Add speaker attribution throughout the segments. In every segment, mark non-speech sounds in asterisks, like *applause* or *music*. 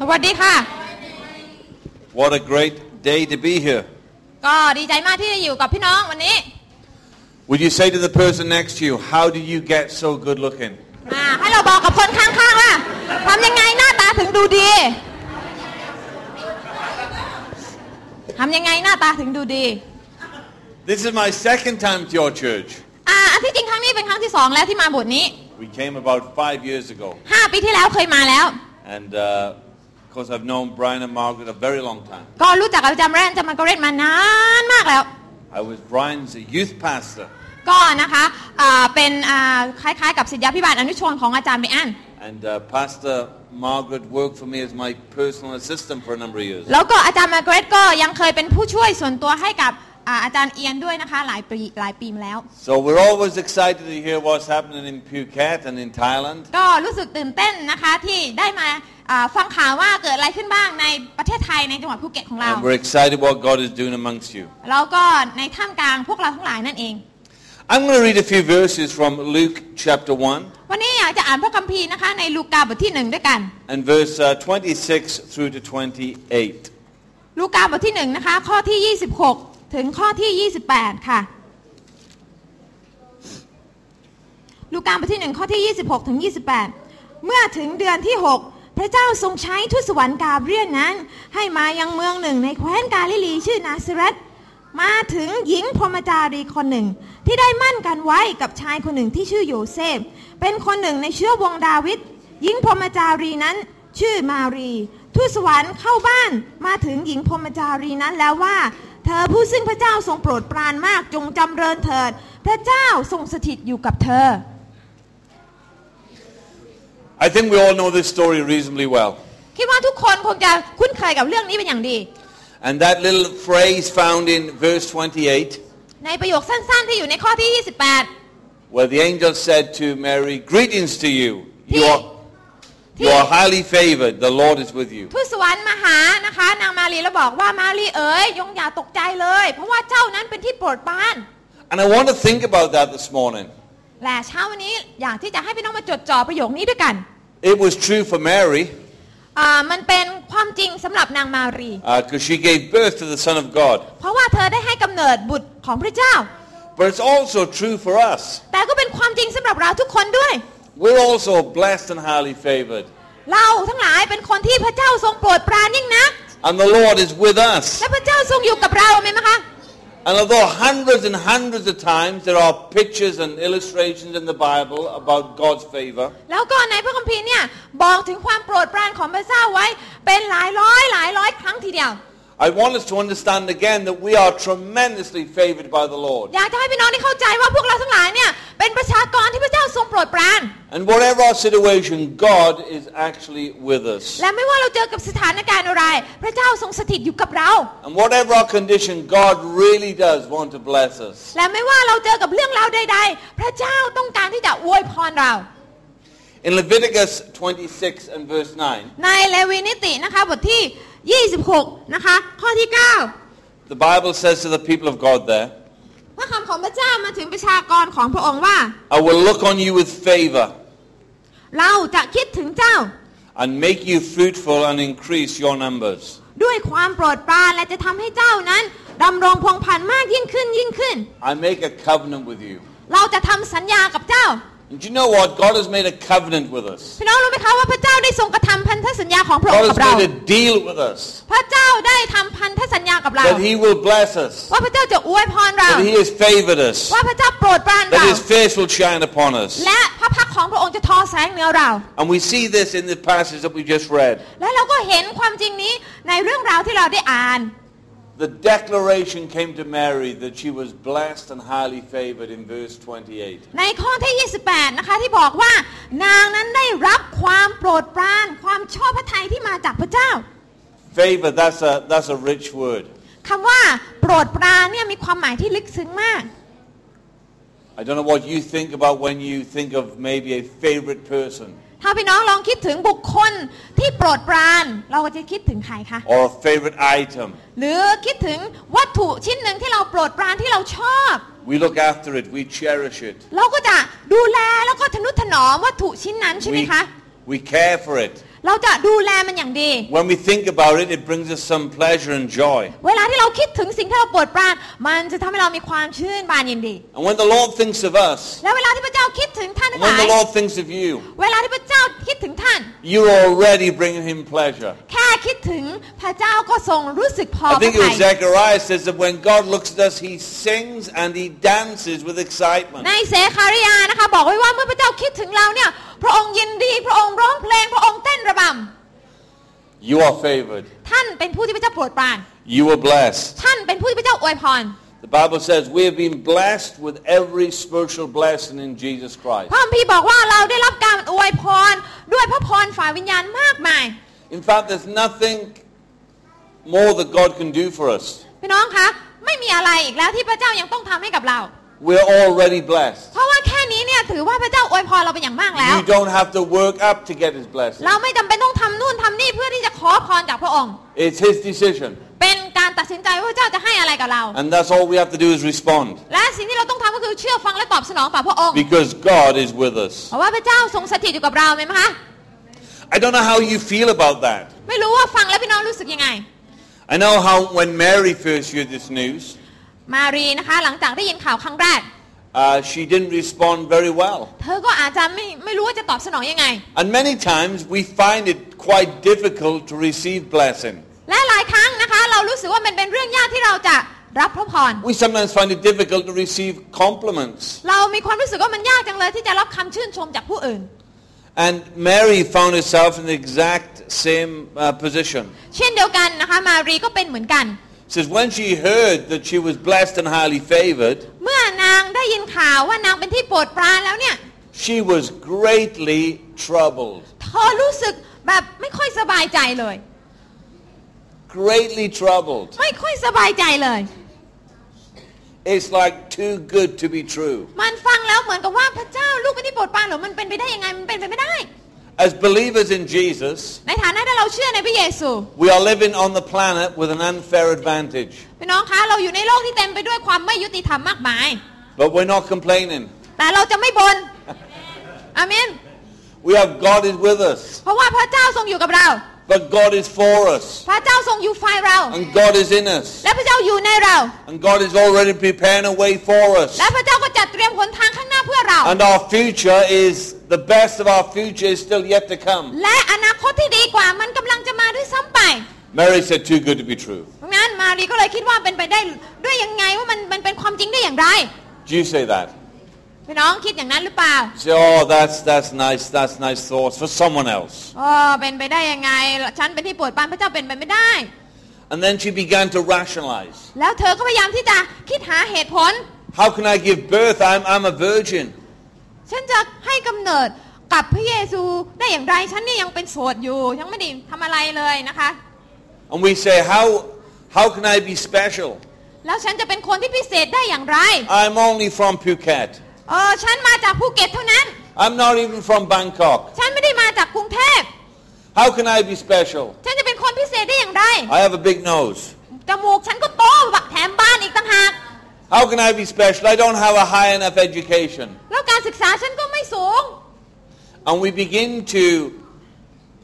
Speaker 1: สวัสดีค่ะ
Speaker 2: What a great day to be here.
Speaker 1: ก็ดีใจมากที่ได้อยู่กับพี่น้องวันนี้
Speaker 2: Would you say to the person next to you, how do you get so good looking?
Speaker 1: อ่าให้เราบอกกับคนข้างๆว่าทำยังไงหน้าตาถึงดูดีทำยังไงหน้าตาถึงดูดี
Speaker 2: This is my second time to your church.
Speaker 1: อ่าอันที่จริงครั้งนี้เป็นครั้งที่สองแล้วที่มาโบทนี้
Speaker 2: We came about five years ago.
Speaker 1: ห้าปีที่แล้วเคยมาแล้ว
Speaker 2: And uh, of course, I've known Brian and Margaret a very long time.
Speaker 1: ก็รู้จักกับอาจารย์แรนอาจารย์มาร์กาเร็ตมานานมากแล้ว
Speaker 2: I was Brian's youth pastor.
Speaker 1: ก็นะคะอ่าเป็นอ่าคล้ายๆ กับศิทยาพิบาลอนุชนของอาจารย์เบอัน
Speaker 2: And uh, Pastor Margaret worked for me as my personal assistant for a number of years.
Speaker 1: แล้วก็อาจารย์มาร์กาเร็ตก็ยังเคยเป็นผู้ช่วยส่วนตัวให้กับอ่าอาจารย์เอียนด้วยนะคะหลายปีหลายปีมาแล้ว
Speaker 2: So we're always excited to hear what's happening in Phuket and in Thailand.
Speaker 1: ก็รู้สึกตื่นเต้นนะคะที่ได้มาอ่าฟังข่าวว่าเกิดอะไรขึ้นบ้างในประเทศไทยในจังหวัดภูเก็ตของเรา
Speaker 2: And we're excited what God is doing amongst you.
Speaker 1: แล้วก็ในท่ามกลางพวกเราทั้งหลายนั่นเอง
Speaker 2: I'm going to read a few verses from Luke chapter 1
Speaker 1: วันนี้อยากจะอ่านพระคัมภีร์นะคะในลูกาบทที่หนึ่งด้วยกัน
Speaker 2: and verse uh, 26 through to 28.
Speaker 1: ลูกาบทที่หนึ่งนะคะข้อที่ 26 ถึงข้อที่ 28 ค่ะ ลูกาบทที่หนึ่งข้อที่ 26 ถึง 28 เมื่อถึงเดือนที่ 6 พระเจ้าทรงใช้ทูตสวรรค์กาเบรียลนั้น ให้มายังเมืองหนึ่งในแคว้นกาลิลีชื่อนาซาเรตมาถึงหญิงพรหมจารีคนหนึ่ง ที่ได้มั่นกันไว้กับชายคนหนึ่งที่ชื่อโยเซฟ เป็นคนหนึ่งในเชื้อวงดาวิดหญิงพรหมจารีนั้น ชื่อมารีทูตสวรรค์เข้าบ้านมาถึงหญิงพรหมจารีนั้นแล้วว่า เธอผู้ซึ่งพระเจ้าทรงโปรดปรานมากจงจำเริญเถิด พระเจ้าทรงสถิตอยู่กับเธอ
Speaker 2: I think we all know this story reasonably well.
Speaker 1: คิดว่าทุกคนคงจะคุ้นเคยกับเรื่องนี้เป็นอย่างดี
Speaker 2: And that little phrase found in verse 28,
Speaker 1: ในประโยคสั้นๆ ที่อยู่ในข้อที่
Speaker 2: where the angel said to Mary, Greetings to you. You
Speaker 1: He-
Speaker 2: are, you are highly favored. The Lord is with you.
Speaker 1: 28 ทูตสวรรค์มาหานะคะ นางมารีแล้วบอกว่ามารีเอ๋ยยงอย่าตกใจเลย เพราะว่าเจ้านั้นเป็นที่โปรดปราน
Speaker 2: And I want to think about that this morning.
Speaker 1: และเช้าวันนี้อยากที่จะให้พี่น้องมาจดจ่อประโยคนี้ด้วยกัน
Speaker 2: It was true for Mary
Speaker 1: อ่ามันเป็นความจริงสำหรับนางมารี
Speaker 2: because uh, she gave birth to the Son of God.
Speaker 1: เพราะว่าเธอได้ให้กำเนิดบุตรของพระเจ้า
Speaker 2: But it's also true for us.
Speaker 1: แต่ก็เป็นความจริงสำหรับเราทุกคนด้วย
Speaker 2: We're also blessed and highly favored.
Speaker 1: เราทั้งหลายเป็นคนที่พระเจ้าทรงโปรดปรานยิ่งนัก
Speaker 2: And the Lord is with us.
Speaker 1: และพระเจ้าทรงอยู่กับเราไหมนไหมคะ
Speaker 2: And although hundreds and hundreds of times there are pictures and illustrations in the Bible about God's favor,
Speaker 1: แล้วก็ในพระคัมภีร์เนี่ยบอกถึงความโปรดปรานของพระเจ้าไว้เป็นหลายร้อยหลายร้อยครั้งทีเดียว
Speaker 2: I want us to understand again that we are tremendously favored by the Lord.
Speaker 1: อยากจะให้พี่น้องได้เข้าใจว่าพวกเราทั้งหลายเนี่ยเป็นประชากรที่พระเจ้าทรงโปรดปราน
Speaker 2: And whatever our situation, God is actually with us.
Speaker 1: และไม่ว่าเราเจอกับสถานการณ์อะไร พระเจ้าทรงสถิตอยู่กับเรา
Speaker 2: And whatever our condition, God really does want to bless us.
Speaker 1: และไม่ว่าเราเจอกับเรื่องราวใด ๆ พระเจ้าต้องการที่จะอวยพรเรา
Speaker 2: In Leviticus 26 and verse 9,
Speaker 1: ในเลวีนิตินะคะบทที่ 26 นะคะ ข้อที่ 9
Speaker 2: the Bible says to the people of God there,
Speaker 1: พระคำของพระเจ้ามาถึงประชากรของพระองค์ว่า
Speaker 2: I will look on you with favor
Speaker 1: เราจะคิดถึงเจ้า
Speaker 2: and make you fruitful and increase your numbers.
Speaker 1: ด้วยความโปรดปรานและจะทำให้เจ้านั้นดำรงพงพันธุ์มากยิ่งขึ้นยิ่งขึ้น
Speaker 2: I make a covenant with you.
Speaker 1: เราจะทำสัญญากับเจ้า
Speaker 2: And do you know what? God has made a covenant with us.
Speaker 1: พี่น้องรู้ไหมคะว่าพระเจ้าได้ทรงกระทำพันธสัญญาของพระองค์
Speaker 2: God
Speaker 1: กับเรา
Speaker 2: has made a deal with us
Speaker 1: พระเจ้าได้ทำพันธสัญญากับเรา
Speaker 2: that He will bless us,
Speaker 1: ว่าพระเจ้าจะอวยพรเรา
Speaker 2: that He has favored us,
Speaker 1: ว่าพระเจ้าโปรดปรานเรา
Speaker 2: that His face will shine upon us.
Speaker 1: และพระพักตร์ของพระองค์จะทอแสงเหนือเรา
Speaker 2: And we see this in the passage that we just read.
Speaker 1: และเราก็เห็นความจริงนี้ในเรื่องราวที่เราได้อ่าน
Speaker 2: The declaration came to Mary that she was blessed and highly favored in verse 28.
Speaker 1: ในข้อที่ 28 นะคะที่บอกว่า นางนั้นได้รับความโปรดปราน ความชอบพระทัยที่มาจากพระเจ้า
Speaker 2: Favor, that's a, that's a rich word.
Speaker 1: คำว่าโปรดปรานเนี่ยมีความหมายที่ลึกซึ้งมาก
Speaker 2: I don't know what you think about when you think of maybe a favorite person
Speaker 1: ถ้าพี่น้องลองคิดถึงบุคคลที่โปรดปราน เราก็จะคิดถึงใครคะ
Speaker 2: or a favorite item.
Speaker 1: หรือคิดถึงวัตถุชิ้นหนึ่งที่เราโปรดปรานที่เราชอบ
Speaker 2: We look after it. We cherish it.
Speaker 1: เราก็จะดูแลแล้วก็ทนุถนอมวัตถุชิ้นนั้นใช่ไหม
Speaker 2: We,
Speaker 1: คะ
Speaker 2: we care for it.
Speaker 1: เราจะดูแลมันอย่างดี
Speaker 2: When we think about it, it brings us some pleasure and joy.
Speaker 1: เวลาที่เราคิดถึงสิ่งที่เราโปวดปรานมันจะทำให้เรามีความชื่นบานยินดี
Speaker 2: And when the Lord thinks of us,
Speaker 1: และเวลาที่พระเจ้าคิดถึงท่านทั้
Speaker 2: and
Speaker 1: งห
Speaker 2: when
Speaker 1: ลาย
Speaker 2: the Lord thinks of you,
Speaker 1: เวลาที่พระเจ้าคิดถึงท่าน
Speaker 2: you already bring him pleasure.
Speaker 1: แค่คิดถึงพระเจ้าก็ทรงรู้สึกพอ
Speaker 2: I
Speaker 1: พระ
Speaker 2: think it
Speaker 1: ทั
Speaker 2: was
Speaker 1: ย
Speaker 2: Zechariah says that when God looks at us, he sings and he dances with excitement.
Speaker 1: ในเสคาริยานะคะ บอกไว้ว่าเมื่อพระเจ้าคิดถึงเราเนี่ย พระองค์ยินดี พระองค์ร้องเพลง พระองค์เต้นระบ
Speaker 2: You are favored.
Speaker 1: ำท่านเป็นผู้ที่พระเจ้าโปรดปราน
Speaker 2: You are blessed.
Speaker 1: ท่านเป็นผู้ที่พระเจ้าอวยพร
Speaker 2: The Bible says we have been blessed with every spiritual blessing in Jesus
Speaker 1: พ
Speaker 2: Christ.
Speaker 1: ระคัมภีร์บอกว่าเราได้รับการอวยพร ด้วยพระพรฝ่ายวิญญาณมากมาย
Speaker 2: In fact, there's nothing more that God can do for us.
Speaker 1: พี่น้องคะ ไม่มีอะไรอีกแล้วที่พระเจ้ายังต้องทำให้กับเรา
Speaker 2: We're already blessed.
Speaker 1: เพราะว่าแค่นี้เนี่ยถือว่าพระเจ้าอวยพรเราเป็นอย่างมากแล้ว
Speaker 2: You don't have to work up to get his blessing.
Speaker 1: เราไม่จำเป็นต้องทำนู่นทำนี่เพื่อที่จะขอพรจากพระองค์
Speaker 2: It's his decision.
Speaker 1: เป็นการตัดสินใจว่าพระเจ้าจะให้อะไรกับเรา
Speaker 2: And that's all we have to do is respond.
Speaker 1: และสิ่งที่เราต้องทำก็คือเชื่อฟังและตอบสนองต่อพระองค์
Speaker 2: Because God is with us.
Speaker 1: เพราะว่าพระเจ้าทรงสถิตอยู่กับเราไหมคะ
Speaker 2: I don't know how you feel about that.
Speaker 1: ไม่รู้ว่าฟังแล้วพี่น้องรู้สึกยังไง
Speaker 2: I know how when Mary first heard this news,
Speaker 1: มารีนะคะ หลังจากได้ยินข่าวครั้งแรก
Speaker 2: uh, she didn't respond very well.
Speaker 1: เธอก็อาจจะไม่ไม่รู้ว่าจะตอบสนองยังไง
Speaker 2: And many times we find it quite difficult to receive blessing.
Speaker 1: และหลายครั้งนะคะ เรารู้สึกว่ามันเป็นเรื่องยากที่เราจะรับพระพร
Speaker 2: We sometimes find it difficult to receive compliments.
Speaker 1: เรามีความรู้สึกว่ามันยากจังเลยที่จะรับคำชื่นชมจากผู้อื่น
Speaker 2: And Mary found herself in the exact same uh, position.
Speaker 1: เช่นเดียวกันนะคะ มารีก็เป็นเหมือนกัน
Speaker 2: It says when she heard that she was blessed and highly favored,
Speaker 1: เมื่อนางได้ยินข่าวว่านางเป็นที่โปรดปรานแล้วเนี่ย
Speaker 2: she was greatly troubled.
Speaker 1: เธอรู้สึกแบบไม่ค่อยสบายใจเลย
Speaker 2: Greatly troubled.
Speaker 1: ไม่ค่อยสบายใจเลย
Speaker 2: It's like too good to be true.
Speaker 1: มันฟังแล้วเหมือนกับว่าพระเจ้าลูกเป็นที่โปรดปรานเหรือมันเป็นไปได้ยังไงมันเป็นไปไม่ได้
Speaker 2: As believers in Jesus,
Speaker 1: ในฐานะที่เราเชื่อในพระเยซู
Speaker 2: We are living on the planet with an unfair advantage,
Speaker 1: พี่น้องคะเราอยู่ในโลกที่เต็มไปด้วยความไม่ยุติธรรมมากมาย
Speaker 2: but we're not complaining.
Speaker 1: แต่เราจะไม่บน่นอาเมน
Speaker 2: We have God is with us,
Speaker 1: เพราะว่าพระเจ้าทรงอยู่กับเรา
Speaker 2: but God is for us,
Speaker 1: พระเจ้าทรงอยู่ฝ่ายเรา
Speaker 2: and God is in us,
Speaker 1: และพระเจ้าอยู่ในเรา
Speaker 2: and God is already preparing a way for us.
Speaker 1: และพระเจ้าก็จัดเตรียมหนทางข้างหน้าเพื่อเรา
Speaker 2: And our future is the best of our future is still yet to come.
Speaker 1: และอนาคตที่ดีกว่ามันกำลังจะมาด้วยซ้ำไป
Speaker 2: Mary said, "Too good to be true."
Speaker 1: เพราะงั้นมารีก็เลยคิดว่าเป็นไปได้ด้วยยังไงว่ามันมันเป็นความจริงได้อย่างไร
Speaker 2: Do you say that?
Speaker 1: พี่น้องคิดอย่างนั้นหรือเปล่า
Speaker 2: You say, "Oh, that's that's nice. That's nice thoughts for someone else."
Speaker 1: เออเป็นไปได้ยังไง ฉันเป็นที่โปวดปรานพระเจ้าเป็นไปไม่ได้
Speaker 2: And then she began to rationalize.
Speaker 1: แล้วเธอก็พยายามที่จะคิดหาเหตุผล
Speaker 2: How can I give birth? I'm I'm a virgin.
Speaker 1: ฉันจะให้กำเนิดกับพระเยซูได้อย่างไร ฉันเนี่ยยังเป็นโสดอยู่ ยังไม่ได้ทำอะไรเลยนะคะ
Speaker 2: And we say, how, how can I be special?
Speaker 1: แล้วฉันจะเป็นคนที่พิเศษได้อย่างไร
Speaker 2: I'm only from Phuket.
Speaker 1: เออฉันมาจากภูเก็ตเท่านั้น
Speaker 2: I'm not even from Bangkok.
Speaker 1: ฉันไม่ได้มาจากกรุงเทพ
Speaker 2: How can I be special?
Speaker 1: ฉันจะเป็นคนพิเศษได้อย่างไร
Speaker 2: I have a big nose.
Speaker 1: จมูกฉันก็โตแถมบ้านอีกต่างหาก
Speaker 2: How can I be special? I don't have a high enough education.
Speaker 1: แล้วการศึกษาฉันก็ไม่สูง
Speaker 2: And we begin to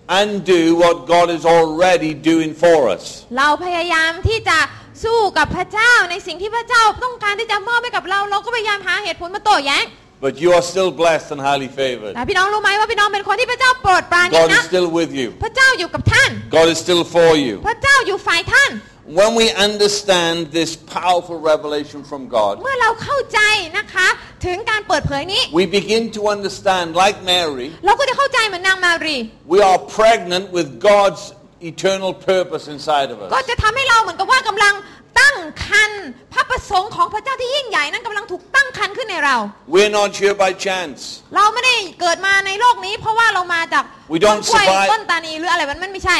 Speaker 2: undo what God is already doing for us.
Speaker 1: เราพยายามที่จะสู้กับพระเจ้าในสิ่งที่พระเจ้าต้องการที่จะมอบให้กับเรา เราก็พยายามหาเหตุผลมาโต้แย้ง
Speaker 2: But you are still blessed and highly favored.
Speaker 1: แต่พี่น้องรู้ไหมว่าพี่น้องเป็นคนที่พระเจ้าโปรดปรานอย่าง
Speaker 2: God
Speaker 1: นะ
Speaker 2: is still with you.
Speaker 1: พระเจ้าอยู่กับท่าน
Speaker 2: God is still for you.
Speaker 1: พระเจ้าอยู่ฝ่ายท่าน
Speaker 2: When we understand this powerful revelation from God,
Speaker 1: เมื่อเราเข้าใจนะคะ ถึงการเปิดเผยนี้
Speaker 2: we begin to understand, like Mary,
Speaker 1: เราก็จะเข้าใจเหมือนนางมารี
Speaker 2: We are pregnant with God's eternal purpose inside of
Speaker 1: ก็
Speaker 2: us.
Speaker 1: จะทำให้เราเหมือนกับว่ากำลังตั้งคันพระประสงค์ของพระเจ้าที่ยิ่งใหญ่นั้นกำลังถูกตั้งคันขึ้นในเรา
Speaker 2: We're not here by chance.
Speaker 1: เราไม่ได้เกิดมาในโลกนี้ เพราะว่าเรามาจาก
Speaker 2: We
Speaker 1: ต้
Speaker 2: don't
Speaker 1: นกล้วย
Speaker 2: survive
Speaker 1: ต้นตานีหรืออะไรมันไม่ใช่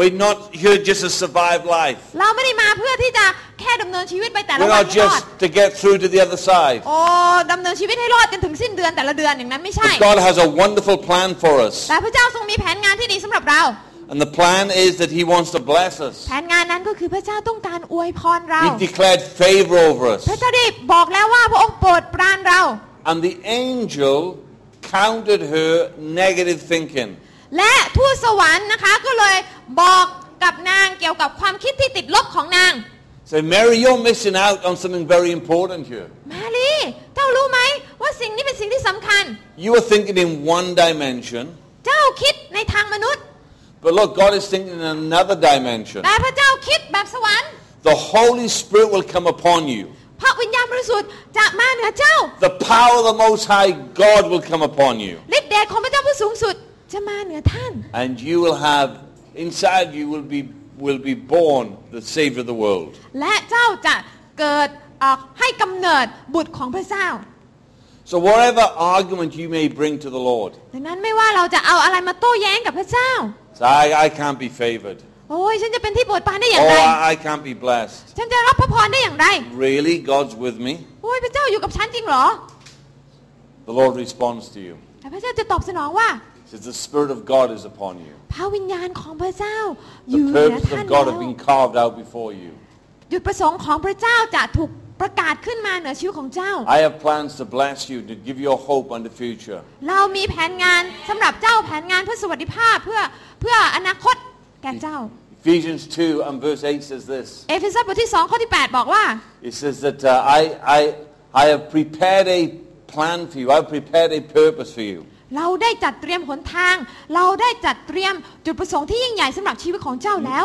Speaker 2: We're not here just to survive life.
Speaker 1: เราไม่ได้มาเพื่อที่จะแค่ดำเนินชีวิตไปแต่ละ
Speaker 2: We're
Speaker 1: วัน
Speaker 2: not
Speaker 1: ให้รอด
Speaker 2: just to get through to the other side.
Speaker 1: โอ้ดำเนินชีวิตให้รอดจนถึงสิ้นเดือนแต่ละเดือนอย่างนั้นไม่ใช่
Speaker 2: But God has a wonderful plan for us.
Speaker 1: แต่พระเจ้าทรงมีแผนงานที่ดีสำหรับเรา
Speaker 2: And the plan is that he wants to bless
Speaker 1: แผ
Speaker 2: us.
Speaker 1: นงานนั้นก็คือพระเจ้าต้องการอวยพรเรา
Speaker 2: He declared favor over
Speaker 1: พ
Speaker 2: us.
Speaker 1: ระเจ้าได้บอกแล้วว่าพระองค์โปรดปรานเรา
Speaker 2: And the angel counted her negative thinking.
Speaker 1: และทูตสวรรค์นะคะก็เลยบอกกับนางเกี่ยวกับความคิดที่ติดลบของนาง
Speaker 2: Say, Mary, you're missing out on something very important here.
Speaker 1: มารีเจ้ารู้ไหมว่าสิ่งนี้เป็นสิ่งที่สำคัญ
Speaker 2: You are thinking in one dimension,
Speaker 1: เจ้าคิดในทางมนุษย์
Speaker 2: but look, God is thinking in another dimension.
Speaker 1: แต่พระเจ้าคิดแบบสวรรค์
Speaker 2: The Holy Spirit will come upon you.
Speaker 1: พระวิญญาณบริสุทธิ์จะมาเหนือเจ้า
Speaker 2: The power of the Most High God will come upon you.
Speaker 1: ฤทธิ์เดชของพระเจ้าผู้สูงสุดจะมาเหนือท่าน
Speaker 2: And you will have, inside you will be, will be born the Savior of the world.
Speaker 1: และเจ้าจะเกิดเอ่อให้กำเนิดบุตรของพระเจ้า
Speaker 2: So whatever argument you may bring to the Lord,
Speaker 1: ดังนั้นไม่ว่าเราจะเอาอะไรมาโต้แย้งกับพระเจ้า
Speaker 2: say, I, I can't be favored.
Speaker 1: โอ้ยฉันจะเป็นที่โปรดปรานได้อย่าง
Speaker 2: Oh,
Speaker 1: ไร
Speaker 2: I, I can't be blessed.
Speaker 1: ฉันจะรับพระพรได้อย่างไร
Speaker 2: Really? God's with me?
Speaker 1: โอ้ยพระเจ้าอยู่กับฉันจริงเหรอ
Speaker 2: The Lord responds to you.
Speaker 1: แต่พระเจ้าจะตอบสนองว่า
Speaker 2: He says, the Spirit of God is upon you.
Speaker 1: พระวิญญาณของพระเจ้าอยู่
Speaker 2: The
Speaker 1: เหนือ
Speaker 2: purposes
Speaker 1: ท่าน
Speaker 2: of
Speaker 1: แล้
Speaker 2: God
Speaker 1: ว
Speaker 2: have been carved out before you.
Speaker 1: จุดประสงค์ของพระเจ้าจะถูกประกาศขึ้นมาเหนือชีวิตของเจ้า
Speaker 2: I have plans to bless you, to give you a hope and a future.
Speaker 1: เรามีแผนงานสำหรับเจ้าแผนงานเพื่อสวัสดิภาพเพื่อเพื่ออนาคตแก่เจ้า
Speaker 2: Ephesians 2 and verse 8 says this.
Speaker 1: เอเฟซัสบทที่2ข้อที่ 8 บอกว่า
Speaker 2: It says that uh, I, I, I have prepared a plan for you. I have prepared a purpose for you.
Speaker 1: เราได้จัดเตรียมหนทาง เราได้จัดเตรียมจุดประสงค์ที่ยิ่งใหญ่สำหรับชีวิตของเจ้าแล้ว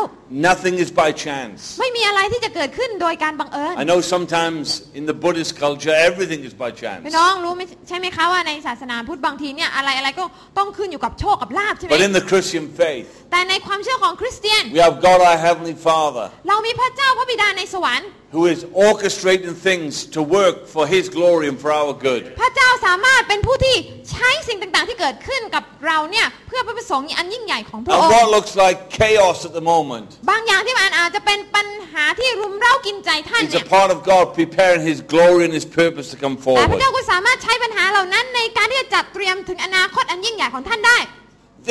Speaker 2: Nothing is by chance.
Speaker 1: ไม่มีอะไรที่จะเกิดขึ้นโดยการบังเอิญ
Speaker 2: I know sometimes in the Buddhist culture, everything is by
Speaker 1: พี่
Speaker 2: chance.
Speaker 1: น้องรู้ไหมใช่ไหมคะว่าในศาสนาพุทธบางทีเนี่ยอะไรอะไรก็ต้องขึ้นอยู่กับโชคกับลาบใช่ไหม
Speaker 2: But in the Christian faith,
Speaker 1: แต่ในความเชื่อของคริสเตียน
Speaker 2: we have God our Heavenly Father
Speaker 1: เรามีพระเจ้าพระบิดาในสวรรค์
Speaker 2: who is orchestrating things to work for His glory and for our good.
Speaker 1: พระเจ้าสามารถเป็นผู้ที่ใช้สิ่งต่างๆ ที่เกิดขึ้นกับเราเนี่ยเพื่อพระประสงค์อันยิ่งใหญ่ของพระอ
Speaker 2: And
Speaker 1: งค์
Speaker 2: what looks like chaos at the moment
Speaker 1: บางอย่างที่มันอาจจะเป็นปัญหาที่รุมเร้ากินใจท่าน
Speaker 2: is
Speaker 1: เนี่
Speaker 2: a
Speaker 1: ย
Speaker 2: part of God preparing His glory and His purpose to come
Speaker 1: แต่พระ
Speaker 2: forward.
Speaker 1: เจ้าก็สามารถใช้ปัญหาเหล่านั้นในการที่จะจัดเตรียมถึงอนาคตอันยิ่งใหญ่ของท่านได้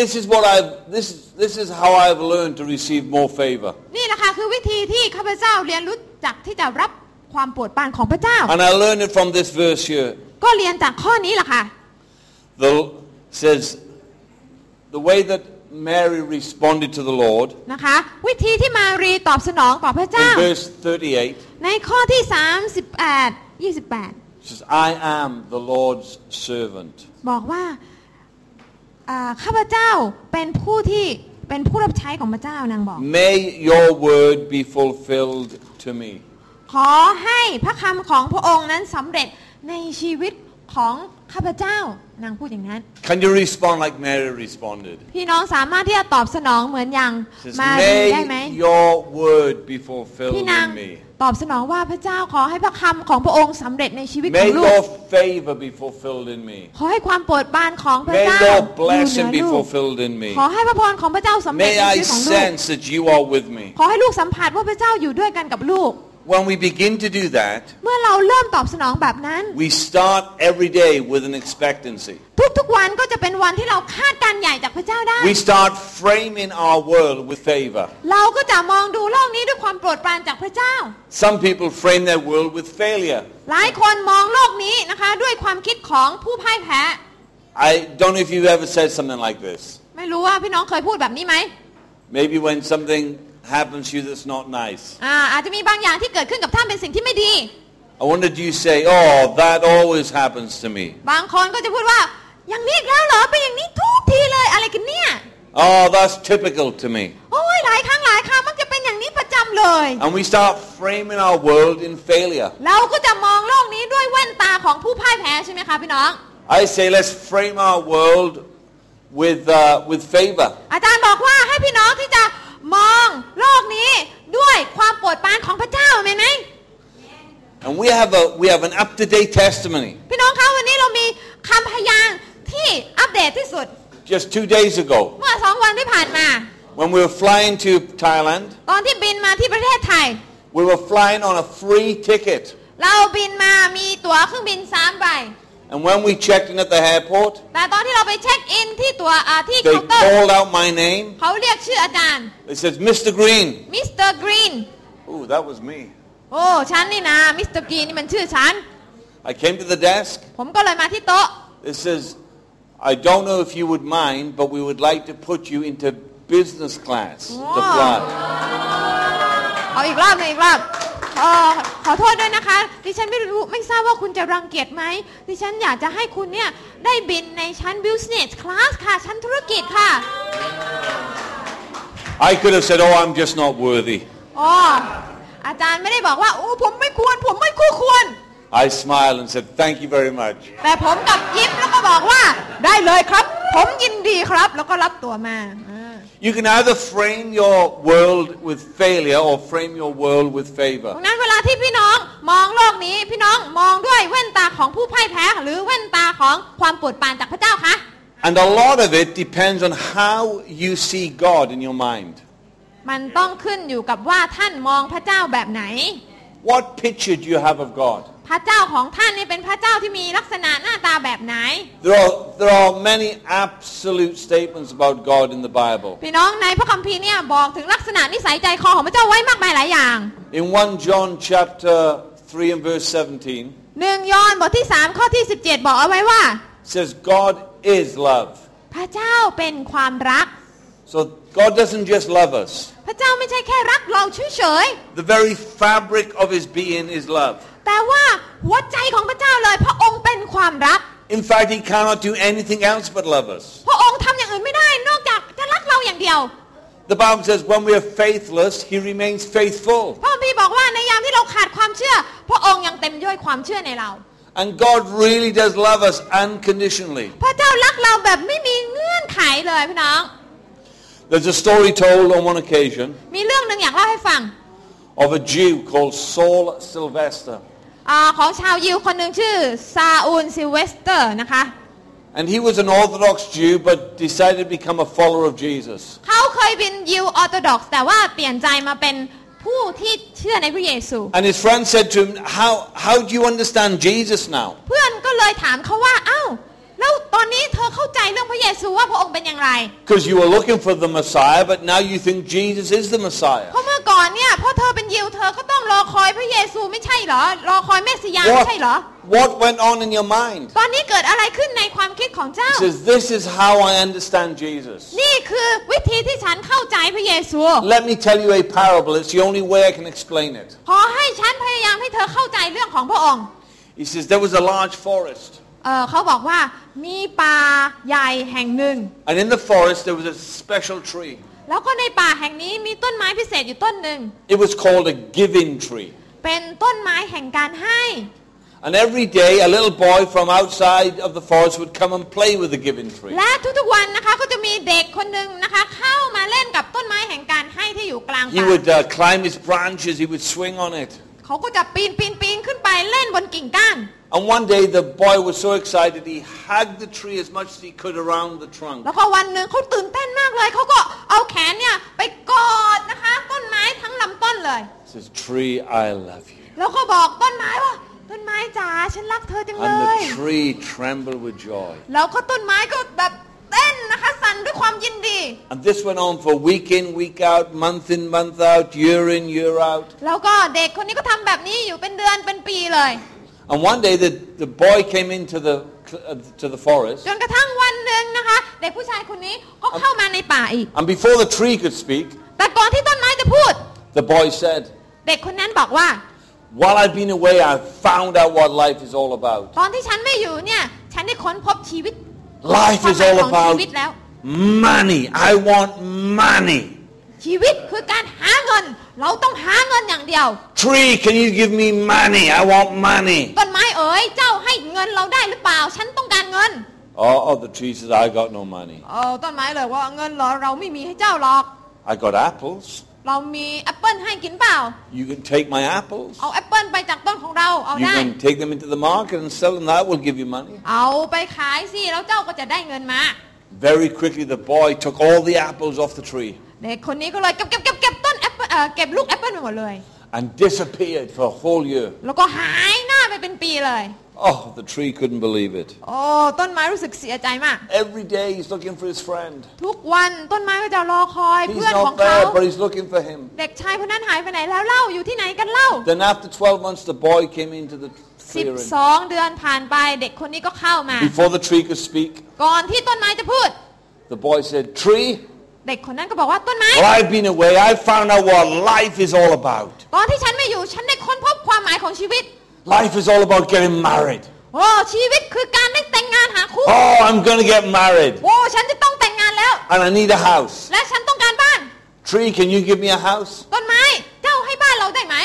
Speaker 2: This is what I've, this, is- this is how I've learned to receive more favor.
Speaker 1: นี่แหละค่ะคือวิธีที่ข้าพเจ้าเรียนรู้จักที่จะรับความโปรดปรานของพระเจ้า
Speaker 2: And I learned it from this verse here.
Speaker 1: ก็เรียนจากข้อนี้แหละค่ะ
Speaker 2: The, says, the way that Mary responded to the Lord
Speaker 1: นะคะ วิธีที่มารีตอบสนองต่อพระเจ้า
Speaker 2: in verse 38,
Speaker 1: ในข้อที่ 38 28
Speaker 2: she says, I am the Lord's servant.
Speaker 1: บอกว่าอ่าข้าพเจ้าเป็นผู้ที่เป็นผู้รับใช้ของพระเจ้านางบอก
Speaker 2: May your word be fulfilled to me.
Speaker 1: ขอให้พระคำของพระองค์นั้นสำเร็จในชีวิตของข้าพเจ้านางพูดอย่างนั้น
Speaker 2: Can you respond like Mary responded?
Speaker 1: พี่น้องสามารถที่จะตอบสนองเหมือนอย่าง
Speaker 2: Says,
Speaker 1: มารีได้ไหม
Speaker 2: May your word be
Speaker 1: พี่
Speaker 2: fulfilled
Speaker 1: นาง
Speaker 2: in me.
Speaker 1: ตอบสนองว่าพระเจ้าขอให้พระคำของพระองค์สำเร็จในชีวิตขอ
Speaker 2: May
Speaker 1: งลูก
Speaker 2: your favor be fulfilled in me.
Speaker 1: ขอให้ความโปรดปรานของพระ
Speaker 2: May
Speaker 1: เจ้าอ
Speaker 2: your
Speaker 1: ยู่เหนื
Speaker 2: blessing
Speaker 1: อ
Speaker 2: be
Speaker 1: ลูก
Speaker 2: fulfilled in me.
Speaker 1: ขอให้พระพรของพระเจ้าสำเร็จ
Speaker 2: May
Speaker 1: ใน
Speaker 2: I
Speaker 1: ชีวิตของลูก
Speaker 2: sense that you are with me.
Speaker 1: ขอให้ลูกสัมผัสว่าพระเจ้าอยู่ด้วยกันกับลูก
Speaker 2: When we begin to do that,
Speaker 1: เมื่อเราเริ่มตอบสนองแบบนั้น
Speaker 2: we start every day with an expectancy.
Speaker 1: ทุกๆวันก็จะเป็นวันที่เราคาดการณ์ใหญ่จากพระเจ้าได้
Speaker 2: We start framing our world with favor.
Speaker 1: เราก็จะมองดูโลกนี้ด้วยความโปรดปรานจากพระเจ้า
Speaker 2: Some people frame their world with failure.
Speaker 1: หลายคนมองโลกนี้นะคะ ด้วยความคิดของผู้พ่ายแพ้
Speaker 2: I don't know if you've ever said something like this.
Speaker 1: ไม่รู้ว่าพี่น้องเคยพูดแบบนี้ไหม
Speaker 2: Maybe when something happens to you that's not nice.
Speaker 1: อ่าอาจจะมีบางอย่างที่เกิดขึ้นกับท่านเป็นสิ่งที่ไม่ดี
Speaker 2: I wonder do you say, oh, that always happens to me.
Speaker 1: บางคนก็จะพูดว่า อย่างนี้อีกแล้วเหรอเป็นอย่างนี้ทุกทีเลยอะไรกันเนี่ย
Speaker 2: Oh, that's typical to me.
Speaker 1: โอ้ยหลายครั้งหลายคราวมักจะเป็นอย่างนี้ประจำเลย
Speaker 2: And we start framing our world in failure.
Speaker 1: เราก็จะมองโลกนี้ด้วยแว่นตาของผู้พ่ายแพ้ใช่ไหมคะพี่น้อง
Speaker 2: I say let's frame our world with, uh, with favor.
Speaker 1: อาจารย์บอกว่าให้พี่น้องที่จะมองโลกนี้ด้วยความโปรดปรานของพระเจ้าเห็นไหม
Speaker 2: And we have, a, we have an up-to-date testimony.
Speaker 1: พี่น้องคะวันนี้เรามีคำพยานที่อัปเดตที่สุด
Speaker 2: Just two days ago,
Speaker 1: เมื่อสองวันที่ผ่านมา
Speaker 2: when we were flying to Thailand,
Speaker 1: ตอนที่บินมาที่ประเทศไทย
Speaker 2: we were flying on a free ticket.
Speaker 1: เราบินมามีตั๋วเครื่องบินสามใบ
Speaker 2: And when we checked in at the airport,
Speaker 1: แต่ตอนที่เราไปเช็คอินที่ตัวอ่าที่
Speaker 2: they
Speaker 1: เคาน์เตอร์
Speaker 2: called out my name.
Speaker 1: เขาเรียกชื่ออาจารย์
Speaker 2: They said, Mr. Green.
Speaker 1: มิสเตอร์กรีน
Speaker 2: Ooh, that was me.
Speaker 1: โอ้ฉันนี่นะมิสเตอร์กรีนนี่มันชื่อฉัน
Speaker 2: I came to the desk.
Speaker 1: ผมก็เลยมาที่โต๊ะ
Speaker 2: It says, I don't know if you would mind, but we would like to put you into business class.
Speaker 1: Wow.
Speaker 2: The flight.
Speaker 1: เอาอีกรอบหนึงอีกรอบเอ่อขอโทษด้วยนะคะ ดิฉันไม่รู้ไม่ทราบว่าคุณจะรังเกียจไหม ดิฉันอยากจะให้คุณเนี่ย ได้บินในชั้น business class ค่ะ ชั้นธุรกิจค่ะ
Speaker 2: I could have said, "Oh, I'm just not worthy."
Speaker 1: อ๋ออาจารย์ไม่ได้บอกว่าโอ้ผมไม่ควร ผมไม่คู่ควร
Speaker 2: I smiled and said, "Thank you very much."
Speaker 1: แต่ผมกลับยิ้มแล้วก็บอกว่า ได้เลยครับ ผมยินดีครับ แล้วก็รับตัวมาอ่า
Speaker 2: You can either frame your world with failure or frame your world with
Speaker 1: ดั
Speaker 2: favor.
Speaker 1: งนั้นเวลาที่พี่น้องมองโลกนี้พี่น้องมองด้วยแว่นตาของผู้พ่ายแพ้หรือแว่นตาของความโปวดปรานจากพระเจ้าคะ
Speaker 2: And a lot of it depends on how you see God in your mind.
Speaker 1: มันต้องขึ้นอยู่กับว่าท่านมองพระเจ้าแบบไหน
Speaker 2: What picture do you have of God?
Speaker 1: พระเจ้าของท่านนี่เป็นพระเจ้าที่มีลักษณะหน้าตาแบบไหน
Speaker 2: There are, there are many absolute statements about God in the Bible.
Speaker 1: พี่น้องในพระคัมภีร์เนี่ยบอกถึงลักษณะนิสัยใจคอของพระเจ้าไว้มากมายหลายอย่าง
Speaker 2: In 1 John chapter 3 and verse 17,
Speaker 1: หนึ่งยอห์นบทที่ 3 ข้อที่ 17 บอกเอาไว้ว่า
Speaker 2: it says God is love.
Speaker 1: พระเจ้าเป็นความรัก
Speaker 2: So God doesn't just love us.
Speaker 1: พระเจ้าไม่ใช่แค่รักเราเฉย
Speaker 2: The very fabric of his being is love.
Speaker 1: ๆแต่ว่าหัวใจของพระเจ้าเลยพระองค์เป็นความรัก
Speaker 2: In fact, he cannot do anything else but love us.
Speaker 1: พระองค์ทำอย่างอื่นไม่ได้นอกจากจะรักเราอย่างเดียว
Speaker 2: The Bible says when we are faithless, he remains faithful.
Speaker 1: พระคัมภีร์บอกว่าในยามที่เราขาดความเชื่อ พระองค์ยังเต็มด้วยความเชื่อในเรา
Speaker 2: And God really does love us unconditionally.
Speaker 1: พระเจ้ารักเราแบบไม่มีเงื่อนไขเลยพี่น้อง
Speaker 2: There's a story told on one occasion
Speaker 1: มีเรื่องหนึ่งอยากเล่าให้ฟัง
Speaker 2: of a Jew called Saul Sylvester.
Speaker 1: อาของชาวยิวคนหนึ่งชื่อซาอูลซิลเวสเตอร์นะคะ
Speaker 2: And he was an Orthodox Jew but decided to become a follower of Jesus.
Speaker 1: เขาเคยเป็นยิวออร์โธดอกซ์แต่ว่าเปลี่ยนใจมาเป็นผู้ที่เชื่อในพระเยซู
Speaker 2: And his friend said to him, how, how do you understand Jesus now?
Speaker 1: เพื่อนก็เลยถามเขาว่าอ้าวแล้วตอนนี้เธอเข้าใจเรื่องพระเยซูว่าพระองค์เป็นอย่างไร
Speaker 2: Because you were looking for the Messiah, but now you think Jesus is the Messiah.
Speaker 1: เพราะเมื่อก่อนเนี่ยเพราะเธอเป็นยิวเธอก็ต้องรอคอยพระเยซูไม่ใช่เหรอ รอคอยเมสสิยาห์ไม่ใช่
Speaker 2: What,
Speaker 1: เหรอ
Speaker 2: what went on in your mind?
Speaker 1: ตอนนี้เกิดอะไรขึ้นในความคิดของเจ้า
Speaker 2: He says, this is how I understand Jesus.
Speaker 1: นี่คือวิธีที่ฉันเข้าใจพระเยซู
Speaker 2: Let me tell you a parable. It's the only way I can explain it.
Speaker 1: ขอให้ฉันพยายามให้เธอเข้าใจเรื่องของพระองค์
Speaker 2: He says, there was a large forest.
Speaker 1: เอ่อเขาบอกว่ามีป่าใหญ่แห่งหนึ่ง
Speaker 2: And in the forest, there was a special tree.
Speaker 1: แล้วก็ในป่าแห่งนี้มีต้นไม้พิเศษอยู่ต้นหนึ่ง
Speaker 2: It was called a giving tree.
Speaker 1: เป็นต้นไม้แห่งการให้
Speaker 2: And every day a little boy from outside of the forest would come and play with the giving tree.
Speaker 1: และทุกๆวันนะคะก็จะมีเด็กคนหนึ่งนะคะ เข้ามาเล่นกับต้นไม้แห่งการให้ที่อยู่กลาง
Speaker 2: He
Speaker 1: ป่า
Speaker 2: would uh, climb his branches, he would swing on it.
Speaker 1: เขาก็จะปีนปีนปีนขึ้นไปเล่นบนกิ่งก้าน
Speaker 2: And one day the boy was so excited he hugged the tree as much as he could around the trunk.
Speaker 1: แล้วก็วันหนึ่งเขาตื่นเต้นมากเลย เขาก็เอาแขนเนี่ยไปกอดนะคะ ต้นไม้ทั้งลำต้นเลย
Speaker 2: He says, tree, I love you.
Speaker 1: แล้วก็บอกต้นไม้ว่า ต้นไม้จ๋าฉันรักเธอจังเล
Speaker 2: And
Speaker 1: ย
Speaker 2: the tree trembled with joy.
Speaker 1: แล้วก็ต้นไม้ก็แบบเต้นนะคะสั่นด้วยความยินดี
Speaker 2: And this went on for week in, week out, month in, month out, year in, year out.
Speaker 1: แล้วก็เด็กคนนี้ก็ทำแบบนี้อยู่เป็นเดือนเป็นปีเลย
Speaker 2: And one day the, the boy came into the, uh, to the forest.
Speaker 1: จนกระทั่งวันหนึ่งนะคะ เด็กผู้ชายคนนี้ก็เข้ามาในป่าอีก
Speaker 2: And before the tree could speak,
Speaker 1: แต่ก่อนที่ต้นไม้จะพูด
Speaker 2: the boy said,
Speaker 1: เด็กคนนั้นบอกว่า
Speaker 2: While I've been away, I've found out what life is all about.
Speaker 1: ตอนที่ฉันไม่อยู่เนี่ย ฉันได้ค้นพบชีวิต
Speaker 2: Life
Speaker 1: ความหมายของ
Speaker 2: is all
Speaker 1: ชีวิตแล้ว
Speaker 2: about money. I want money.
Speaker 1: ชีวิตคือการหาเงิน เราต้องหาเงินอย่างเดียว
Speaker 2: Tree, can you give me money? I want money.
Speaker 1: ต้นไม้เอ๋ยเจ้าให้เงินเราได้หรือเปล่า ฉันต้องการเงิน
Speaker 2: Oh, oh the tree says, I got no money.
Speaker 1: เออต้นไม้เลยว่าเงินเหรอเราไม่มีให้เจ้าหรอก
Speaker 2: I got apples.
Speaker 1: เรามีแอปเปิลให้กินเปล่า
Speaker 2: You can take my apples.
Speaker 1: เอาแอปเปิลไปจากต้นของเราเอา
Speaker 2: You
Speaker 1: ได้
Speaker 2: can take them into the market and sell them. That will give you money.
Speaker 1: เอาไปขายสิแล้วเจ้าก็จะได้เงินมา
Speaker 2: Very quickly, the boy took all the apples off the tree
Speaker 1: เด็กคนนี้ก็เลยเก็บเก็บเก็บเก็บต้นแอปเปิลเอ่อเก็บลูกแอปเปิลไปหมดเลย
Speaker 2: and disappeared for a whole year.
Speaker 1: แล้วก็หายหน้าไปเป็นปีเลย
Speaker 2: Oh, the tree couldn't believe it.
Speaker 1: โอ้ต้นไม้รู้สึกเสียใจมาก
Speaker 2: Every day he's looking for his friend.
Speaker 1: ทุกวันต้นไม้ก็จะรอคอย
Speaker 2: He's
Speaker 1: เพื่อนของ
Speaker 2: not
Speaker 1: เขา
Speaker 2: there, but he's looking for him.
Speaker 1: เด็กชายคนนั้นหายไปไหนแล้วเล่าอยู่ที่ไหนกันเล่า
Speaker 2: Then after 12 months, the boy came into the clear in.
Speaker 1: 12 เดือนผ่านไปเด็กคนนี้ก็เข้ามา
Speaker 2: Before the tree could speak,
Speaker 1: ก่อนที่ต้นไม้จะพูด
Speaker 2: the boy said, Tree,
Speaker 1: เด็กคนนั้นก็บอกว่าต้นไม้
Speaker 2: well, I've been away. I found out what life is all about.
Speaker 1: ตอนที่ฉันไม่อยู่ฉันได้ค้นพบความหมายของชีวิต
Speaker 2: Life is all about getting married.
Speaker 1: โอ้ชีวิตคือการได้แต่งงานหาคู่
Speaker 2: Oh, I'm going to get married.
Speaker 1: โอ้ฉันจะต้องแต่งงานแล้ว
Speaker 2: And I need a house.
Speaker 1: และฉันต้องการบ้าน
Speaker 2: Tree, can you give me a house?
Speaker 1: ต้นไม้เจ้าให้บ้านเราได้ไหม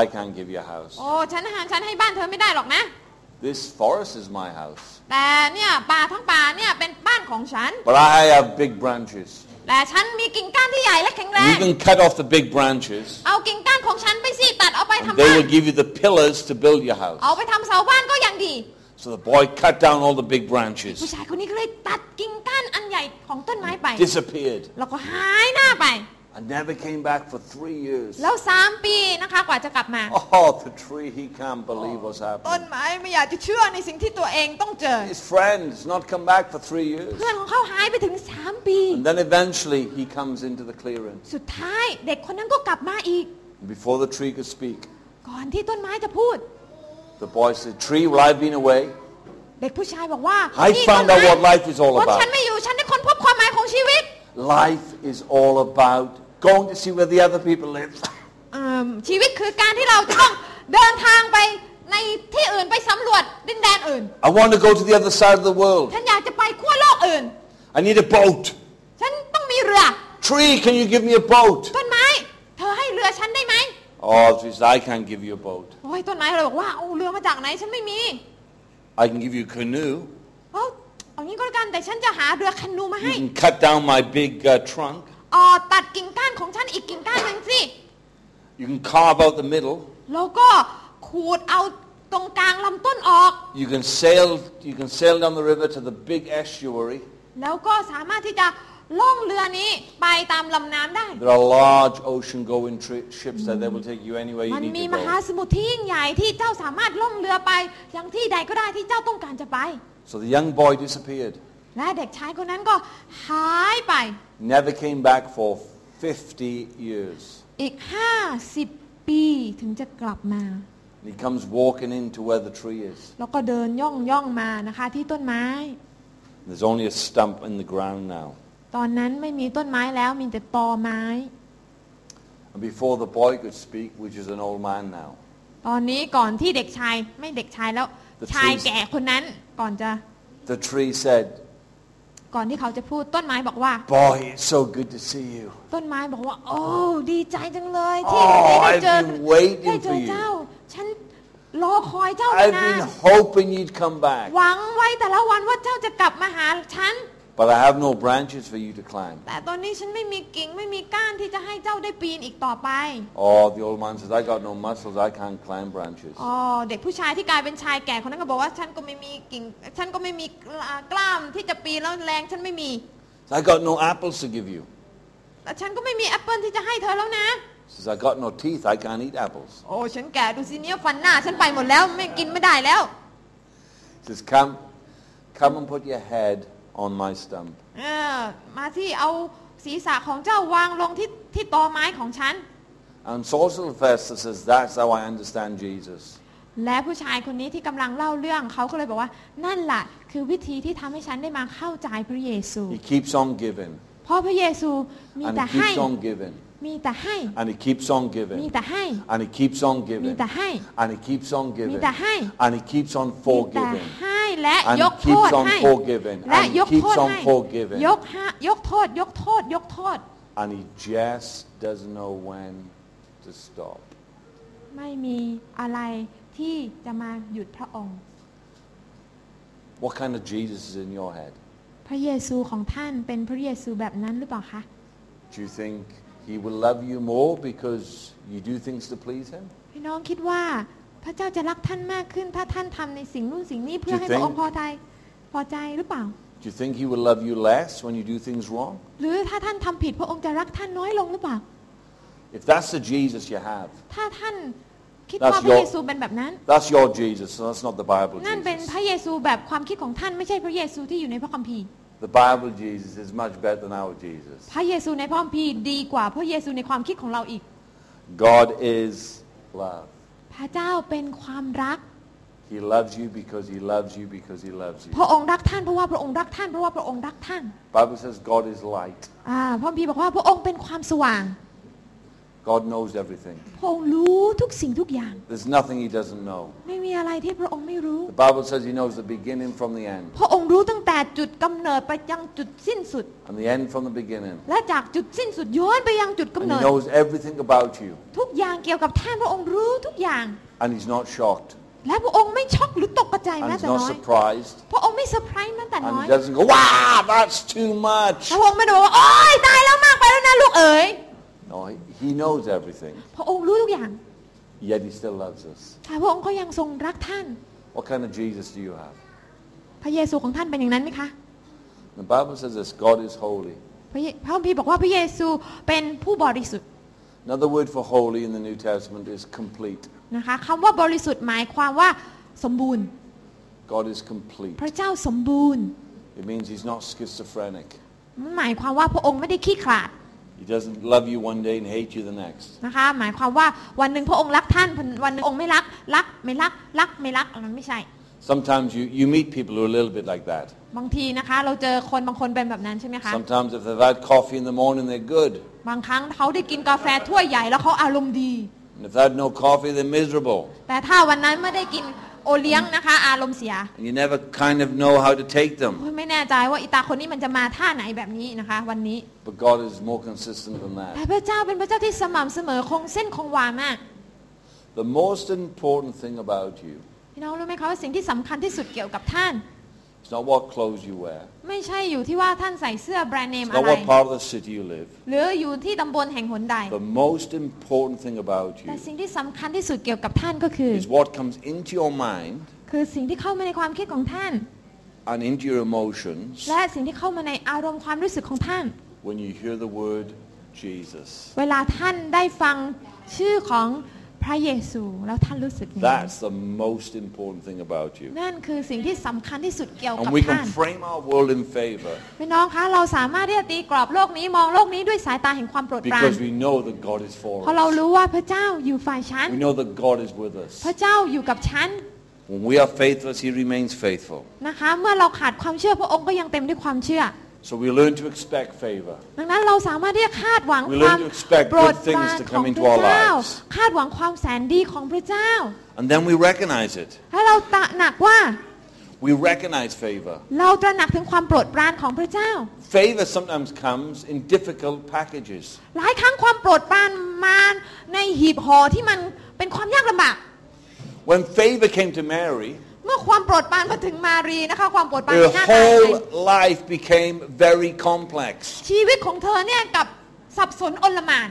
Speaker 2: I can't give you a house.
Speaker 1: โอ้ฉันหาฉันให้บ้านเธอไม่ได้หรอกนะ
Speaker 2: This forest is my house.
Speaker 1: แต่เนี่ยป่าทั้งป่าเนี่ยเป็นบ้านของฉัน
Speaker 2: But I have big branches.
Speaker 1: แต่ฉันมีกิ่งก้านที่ใหญ่และแข็งแร
Speaker 2: You
Speaker 1: ง
Speaker 2: can cut off the big branches.
Speaker 1: เอากิ่งก้านของฉันไปสิตัดเอาไป
Speaker 2: And
Speaker 1: ทำบ้า
Speaker 2: they
Speaker 1: น
Speaker 2: will give you the pillars to build your house.
Speaker 1: เอาไปทำเสาบ้านก็ยังดี
Speaker 2: So the boy cut down all the big
Speaker 1: ผู้
Speaker 2: branches.
Speaker 1: ชายคนนี้ก็เลยตัดกิ่งก้านอันใหญ่ของต้นไม้ไป
Speaker 2: Disappeared.
Speaker 1: แล้วก็หายหน้าไป
Speaker 2: And never came back for three years.
Speaker 1: แล้วสามปีนะคะกว่าจะกลับมา
Speaker 2: Oh, the tree, he can't believe what's
Speaker 1: ต้น
Speaker 2: happened.
Speaker 1: ไม้ไม่อยากจะเชื่อในสิ่งที่ตัวเองต้องเจอ
Speaker 2: His friend's not come back for three years.
Speaker 1: เพื่อนของเขาหายไปถึง 3 ปี
Speaker 2: And then eventually he comes into the clearing.
Speaker 1: สุดท้ายเด็กคนนั้นก็กลับมาอีก
Speaker 2: Before the tree could speak,
Speaker 1: ก่อนที่ต้นไม้จะพูด
Speaker 2: the boy said, Tree, well, I've been away.
Speaker 1: เด็กผู้ชายบอกว่า
Speaker 2: I
Speaker 1: นี่
Speaker 2: found
Speaker 1: ต้น
Speaker 2: out
Speaker 1: ไม้
Speaker 2: what life is all
Speaker 1: คนฉัน
Speaker 2: about.
Speaker 1: ไม่อยู่ฉันได้ค้นพบความหมายของชีวิต
Speaker 2: Life is all about going to see where the other people live.
Speaker 1: เอิ่มชีวิตคือการที่เราจะต้อง *laughs* เดินทางไปในที่อื่นไปสำรวจดินแดนอื่น
Speaker 2: I want to go to the other side of the world.
Speaker 1: ฉันอยากจะไปขั้วโลกอื่น
Speaker 2: I need a boat.
Speaker 1: ฉันต้องมีเรือ
Speaker 2: Tree, can you give me a boat?
Speaker 1: ต้นไม้ เธอให้เรือฉันได้ไหม
Speaker 2: Oh, the tree said, I can't give you a boat.
Speaker 1: โอ้ยต้นไม้เลยบอกว่าเอาเรือมาจากไหนฉันไม่มี
Speaker 2: I can give you a canoe.
Speaker 1: เอาเอางี้ก็แล้วกันแต่ฉันจะหาเรือแคันนูมา
Speaker 2: You
Speaker 1: ให้
Speaker 2: can cut down my big uh, trunk.
Speaker 1: เออตัดกิ่งก้านของฉันอีกกิ่งก้านหนึ่งสิ
Speaker 2: You can carve out the middle.
Speaker 1: แล้วก็ขูดเอาตรงกลางลำต้นออก
Speaker 2: You can sail. You can sail down the river to the big estuary.
Speaker 1: แล้วก็สามารถที่จะล่องเรือนี้ไปตามลำน้ำได้
Speaker 2: There are large ocean-going tri- ships there. They will take you anywhere you
Speaker 1: มัน
Speaker 2: need
Speaker 1: มี
Speaker 2: to
Speaker 1: มหา
Speaker 2: go.
Speaker 1: สมุทรที่ยิ่งใหญ่ที่เจ้าสามารถล่องเรือไปยังที่ใดก็ได้ที่เจ้าต้องการจะไป
Speaker 2: So the young boy disappeared.
Speaker 1: และเด็กชายคนนั้นก็หายไป
Speaker 2: Never came back for 50 years.
Speaker 1: อีก 50 ปีถึงจะกลับมา
Speaker 2: And he comes walking into where the tree is.
Speaker 1: แล้วก็เดินย่องย่องๆมานะคะที่ต้นไม้
Speaker 2: There's only a stump in the ground now.
Speaker 1: ตอนนั้นไม่มีต้นไม้แล้วมีแต่ตอไม้
Speaker 2: And before the boy could speak, which is an old man now,
Speaker 1: ตอนนี้ก่อนที่เด็กชายไม่เด็กชายแล้ว
Speaker 2: The
Speaker 1: ชาย
Speaker 2: trees.
Speaker 1: แก่คนนั้นก่อนจะ
Speaker 2: the tree said,
Speaker 1: ก่อนที่เขาจะพูดต้นไม้บอกว่า
Speaker 2: "Boy, it's so good to see you.
Speaker 1: ต้นไม้บอกว่า โอ้ดีใจจังเลยที่
Speaker 2: Oh,
Speaker 1: ได้เจอ
Speaker 2: I've been waiting
Speaker 1: ได้เจอ
Speaker 2: for you.
Speaker 1: เจ้า ฉันรอคอยเจ้ามา
Speaker 2: I've
Speaker 1: นา
Speaker 2: been
Speaker 1: น
Speaker 2: hoping you'd come back,
Speaker 1: หวังไว้แต่ละวันว่าเจ้าจะกลับมาหาฉัน
Speaker 2: but I have no branches for you to climb."
Speaker 1: แต่ตอนนี้ฉันไม่มีกิ่งไม่มีก้านที่จะให้เจ้าได้ปีนอีกต่อไป
Speaker 2: Oh, the old man says, "I got no muscles. I can't climb branches."
Speaker 1: อ๋อเด็กผู้ชายที่กลายเป็นชายแก่คนนั้นก็บอกว่าฉันก็ไม่มีกิ่ง ฉันก็ไม่มีกล้ามที่จะปีนแล้วแรงฉันไม่มี
Speaker 2: I got no apples to give you.
Speaker 1: แต่ฉันก็ไม่มีแอปเปิลที่จะให้เธอแล้วนะ
Speaker 2: He says, I got no teeth. I can't eat apples.
Speaker 1: โอ้ฉันแก่ดูสิเนี่ยฟันหน้า ฉันไปหมดแล้วไม่กินไม่ได้แล้ว
Speaker 2: He says, come, come and put your head on my stump.
Speaker 1: เออมาที่เอาศีรษะของเจ้าวางลงที่ที่ตอไม้ของฉัน
Speaker 2: And Sorcerer Fester says, that's how I understand Jesus.
Speaker 1: และผู้ชายคนนี้ที่กำลังเล่าเรื่องเขาก็เลยบอกว่า นั่นล่ะ คือวิธีที่ทำให้ฉันได้มาเข้าใจพระเยซู
Speaker 2: He keeps on giving.
Speaker 1: เพราะพระเยซูมี
Speaker 2: And
Speaker 1: แต่
Speaker 2: he
Speaker 1: ให้
Speaker 2: keeps on giving.
Speaker 1: มีแต่ให้
Speaker 2: And he keeps on
Speaker 1: มี
Speaker 2: giving.
Speaker 1: แต่ให้
Speaker 2: And he keeps on
Speaker 1: มี
Speaker 2: giving.
Speaker 1: แต่ให้
Speaker 2: And he keeps on giving.
Speaker 1: Mita hai.
Speaker 2: And he keeps on
Speaker 1: มีแต่
Speaker 2: forgiving.
Speaker 1: ให้และ
Speaker 2: อัน
Speaker 1: ยกโทษ
Speaker 2: keeps on
Speaker 1: ให้
Speaker 2: forgiving
Speaker 1: และ
Speaker 2: อัน
Speaker 1: ยกโทษ
Speaker 2: keeps on
Speaker 1: ให้
Speaker 2: forgiving
Speaker 1: ยกฮะยกโทษ ยกโทษ ยกโทษ
Speaker 2: And he just doesn't know when to stop.
Speaker 1: ไม่มีอะไรที่จะมาหยุดพระองค์
Speaker 2: What kind of Jesus is in your head?
Speaker 1: พระเยซูของท่านเป็นพระเยซูแบบนั้นหรือเปล่าคะ
Speaker 2: Do you think he will love you more because you do things to please him?
Speaker 1: พี่น้องคิดว่าพระเจ้าจะรักท่านมากขึ้น ถ้าท่านทำในสิ่งนู่นสิ่งนี้เพื่อ
Speaker 2: Do you
Speaker 1: ให้พระองค์
Speaker 2: think?
Speaker 1: พอใจพอใจหรือเปล่า
Speaker 2: Do you think he will love you less when you do things wrong?
Speaker 1: หรือถ้าท่านทำผิดพระองค์จะรักท่านน้อยลงหรือเปล่า
Speaker 2: If that's the Jesus you have,
Speaker 1: ถ้าท่านคิด
Speaker 2: That's
Speaker 1: ว่าพระ
Speaker 2: your-
Speaker 1: เยซูเป็นแบบนั้น
Speaker 2: that's your Jesus, so that's not the Bible
Speaker 1: นั่นเป็น
Speaker 2: Jesus.
Speaker 1: พระเยซูแบบความคิดของท่านไม่ใช่พระเยซูที่อยู่ในพระคัมภีร์
Speaker 2: The Bible Jesus is much better than our Jesus.
Speaker 1: พระเยซูในพระคัมภีร์ดีกว่าพระเยซูในความคิดของเราอีก
Speaker 2: God is love.
Speaker 1: พระเจ้าเป็นความรัก
Speaker 2: He He loves you because he loves you because he loves you.
Speaker 1: พระองค์รักท่านเพราะว่าพระองค์รักท่านเพราะว่าพระองค์รักท่าน
Speaker 2: Bible says God is light.
Speaker 1: อ่าพระบีร์บอกว่าพระองค์เป็นความสว่าง
Speaker 2: God knows everything.
Speaker 1: พระองค์รู้ทุกสิ่งทุกอย่าง
Speaker 2: There's nothing he doesn't know.
Speaker 1: ไม่มีอะไรที่พระองค์ไม่รู้
Speaker 2: The Bible says he knows the beginning from the end
Speaker 1: พระองค์รู้ตั้งแต่จุดกำเนิดไปยังจุดสิ้นสุด
Speaker 2: and the end from the beginning.
Speaker 1: และจากจุดสิ้นสุดย้อนไปยังจุดกำ
Speaker 2: And
Speaker 1: เนิ
Speaker 2: he
Speaker 1: ด
Speaker 2: knows everything about you
Speaker 1: ทุกอย่างเกี่ยวกับท่านพระองค์รู้ทุกอย่าง
Speaker 2: and he's not shocked
Speaker 1: และพระองค์ไม่ช็อกหรือตกกระจาย
Speaker 2: and
Speaker 1: แม้
Speaker 2: he's
Speaker 1: แต่
Speaker 2: not
Speaker 1: น้อย
Speaker 2: surprised
Speaker 1: พระองค์ไม่เซอร์ไพรส์แม้แต่
Speaker 2: and
Speaker 1: น้อย
Speaker 2: he doesn't go, wow, that's too much.
Speaker 1: พระองค์ไม่ได้บอกว่าโอ๊ยตายแล้วมากไปแล้วนะลูกเอ๋ย
Speaker 2: No, he- he knows everything,
Speaker 1: พระองค์รู้ทุกอย่าง
Speaker 2: yet he still loves us.
Speaker 1: แต่พระองค์ก็ยังทรงรักท่าน
Speaker 2: What kind of Jesus do you have?
Speaker 1: พระเยซูของท่านเป็นอย่างนั้นไหมคะ
Speaker 2: The Bible says this, God is holy.
Speaker 1: พระเยพระคัมภีร์บอกว่าพระเยซูเป็นผู้บริสุทธิ์
Speaker 2: Another word for holy in the New Testament is complete.
Speaker 1: นะคะคำว่าบริสุทธิ์หมายความว่าสมบูรณ์
Speaker 2: God is complete.
Speaker 1: พระเจ้าสมบูรณ์
Speaker 2: It means he's not schizophrenic.
Speaker 1: มันหมายความว่าพระองค์ไม่ได้ขี้ขลาด
Speaker 2: He doesn't love you one day and hate you the next.
Speaker 1: นะคะ หมายความว่าวันหนึ่งพระองค์รักท่านวันหนึ่งองค์ไม่รัก รักไม่รัก รักไม่รักมันไม่ใช่
Speaker 2: Sometimes you, you meet people who are a little bit like that.
Speaker 1: บางทีนะคะ เราเจอคนบางคนเป็นแบบนั้นใช่ไหมคะ
Speaker 2: Sometimes if they've had coffee in the morning, they're good.
Speaker 1: บางครั้งเขาได้กินกาแฟถ้วยใหญ่แล้วเขาอารมณ์ดี
Speaker 2: And if they had no coffee, they're miserable.
Speaker 1: แต่ถ้าวันนั้นไม่ได้กินโอเลี้ยงนะคะ อารมณ์เสีย
Speaker 2: And you never kind of know how to take them.
Speaker 1: ไม่แน่ใจว่าอีตาคนนี้มันจะมาท่าไหนแบบนี้นะคะ วันนี้
Speaker 2: But God is more consistent than
Speaker 1: แต่
Speaker 2: that.
Speaker 1: พระเจ้าเป็นพระเจ้าที่สม่ำเสมอคงเส้นคงวามาก
Speaker 2: The most important thing about you
Speaker 1: พี่น้องรู้ไหมคะว่าสิ่งที่สำคัญที่สุดเกี่ยวกับท่าน
Speaker 2: is not what clothes you wear.
Speaker 1: ไม่ใช่อยู่ที่ว่าท่านใส่เสื้อแบรนด์เนม
Speaker 2: It's
Speaker 1: อะ
Speaker 2: not
Speaker 1: ไร
Speaker 2: what part of the city you live.
Speaker 1: หรืออยู่ที่ตำบลแห่งหนใด
Speaker 2: The most important thing about
Speaker 1: แต่
Speaker 2: you
Speaker 1: สิ่งที่สำคัญที่สุดเกี่ยวกับท่านก็คือ
Speaker 2: is what comes into your mind
Speaker 1: คือสิ่งที่เข้ามาในความคิดของท่าน
Speaker 2: and into your emotions
Speaker 1: และสิ่งที่เข้ามาในอารมณ์ความรู้สึกของท่าน
Speaker 2: when you hear the word Jesus.
Speaker 1: เวลาท่านได้ฟังชื่อของพระเยซูแล้วท่านรู้สึกยังไง
Speaker 2: That's the most important thing about you.
Speaker 1: นั่นคือสิ่งที่สำคัญที่สุดเกี่ยวกั
Speaker 2: And
Speaker 1: บ
Speaker 2: we
Speaker 1: ท่า
Speaker 2: can
Speaker 1: น
Speaker 2: frame our world in favor
Speaker 1: พี่น้องคะเราสามารถที่จะตีกรอบโลกนี้มองโลกนี้ด้วยสายตาแห่งความโปรดปราน
Speaker 2: because we know that God is
Speaker 1: เพ
Speaker 2: for
Speaker 1: ราะเรา
Speaker 2: us.
Speaker 1: รู้ว่าพระเจ้าอยู่ฝ่ายฉัน
Speaker 2: We know that God is with
Speaker 1: พ
Speaker 2: us.
Speaker 1: ระเจ้าอยู่กับฉัน
Speaker 2: When we are faithless, He remains faithful.
Speaker 1: นะคะ เมื่อเราขาดความเชื่อพระองค์ก็ยังเต็มด้วยความเชื่อ
Speaker 2: So we learn to expect favor.
Speaker 1: ดังนั้นเราสามารถที่จะคาดหวัง
Speaker 2: We
Speaker 1: ควา
Speaker 2: learn
Speaker 1: ม
Speaker 2: to expect
Speaker 1: โปรด
Speaker 2: good
Speaker 1: ปรา
Speaker 2: things
Speaker 1: น
Speaker 2: to
Speaker 1: ของ
Speaker 2: come
Speaker 1: พ
Speaker 2: into
Speaker 1: ระ
Speaker 2: our
Speaker 1: เจ้า
Speaker 2: lives.
Speaker 1: คาดหวังความแสนดีของพระเจ้า
Speaker 2: And then we recognize it.
Speaker 1: ถ้าเราตระหนักว่า
Speaker 2: We recognize favor.
Speaker 1: เราตระหนักถึงความโปรดปรานของพระเจ้า
Speaker 2: Favor sometimes comes in difficult packages.
Speaker 1: หลายครั้งความโปรดปรานมาในหีบห่อที่มันเป็นความยากลำบาก
Speaker 2: When favor came to Mary,
Speaker 1: เมื่อความโปรดปรานมาถึงมารีนะคะ ความโปรดปราน
Speaker 2: her
Speaker 1: ที่น่าตายใจ
Speaker 2: whole life became very complex.
Speaker 1: ชีวิตของเธอเนี่ยกับสับสนอนลหมาน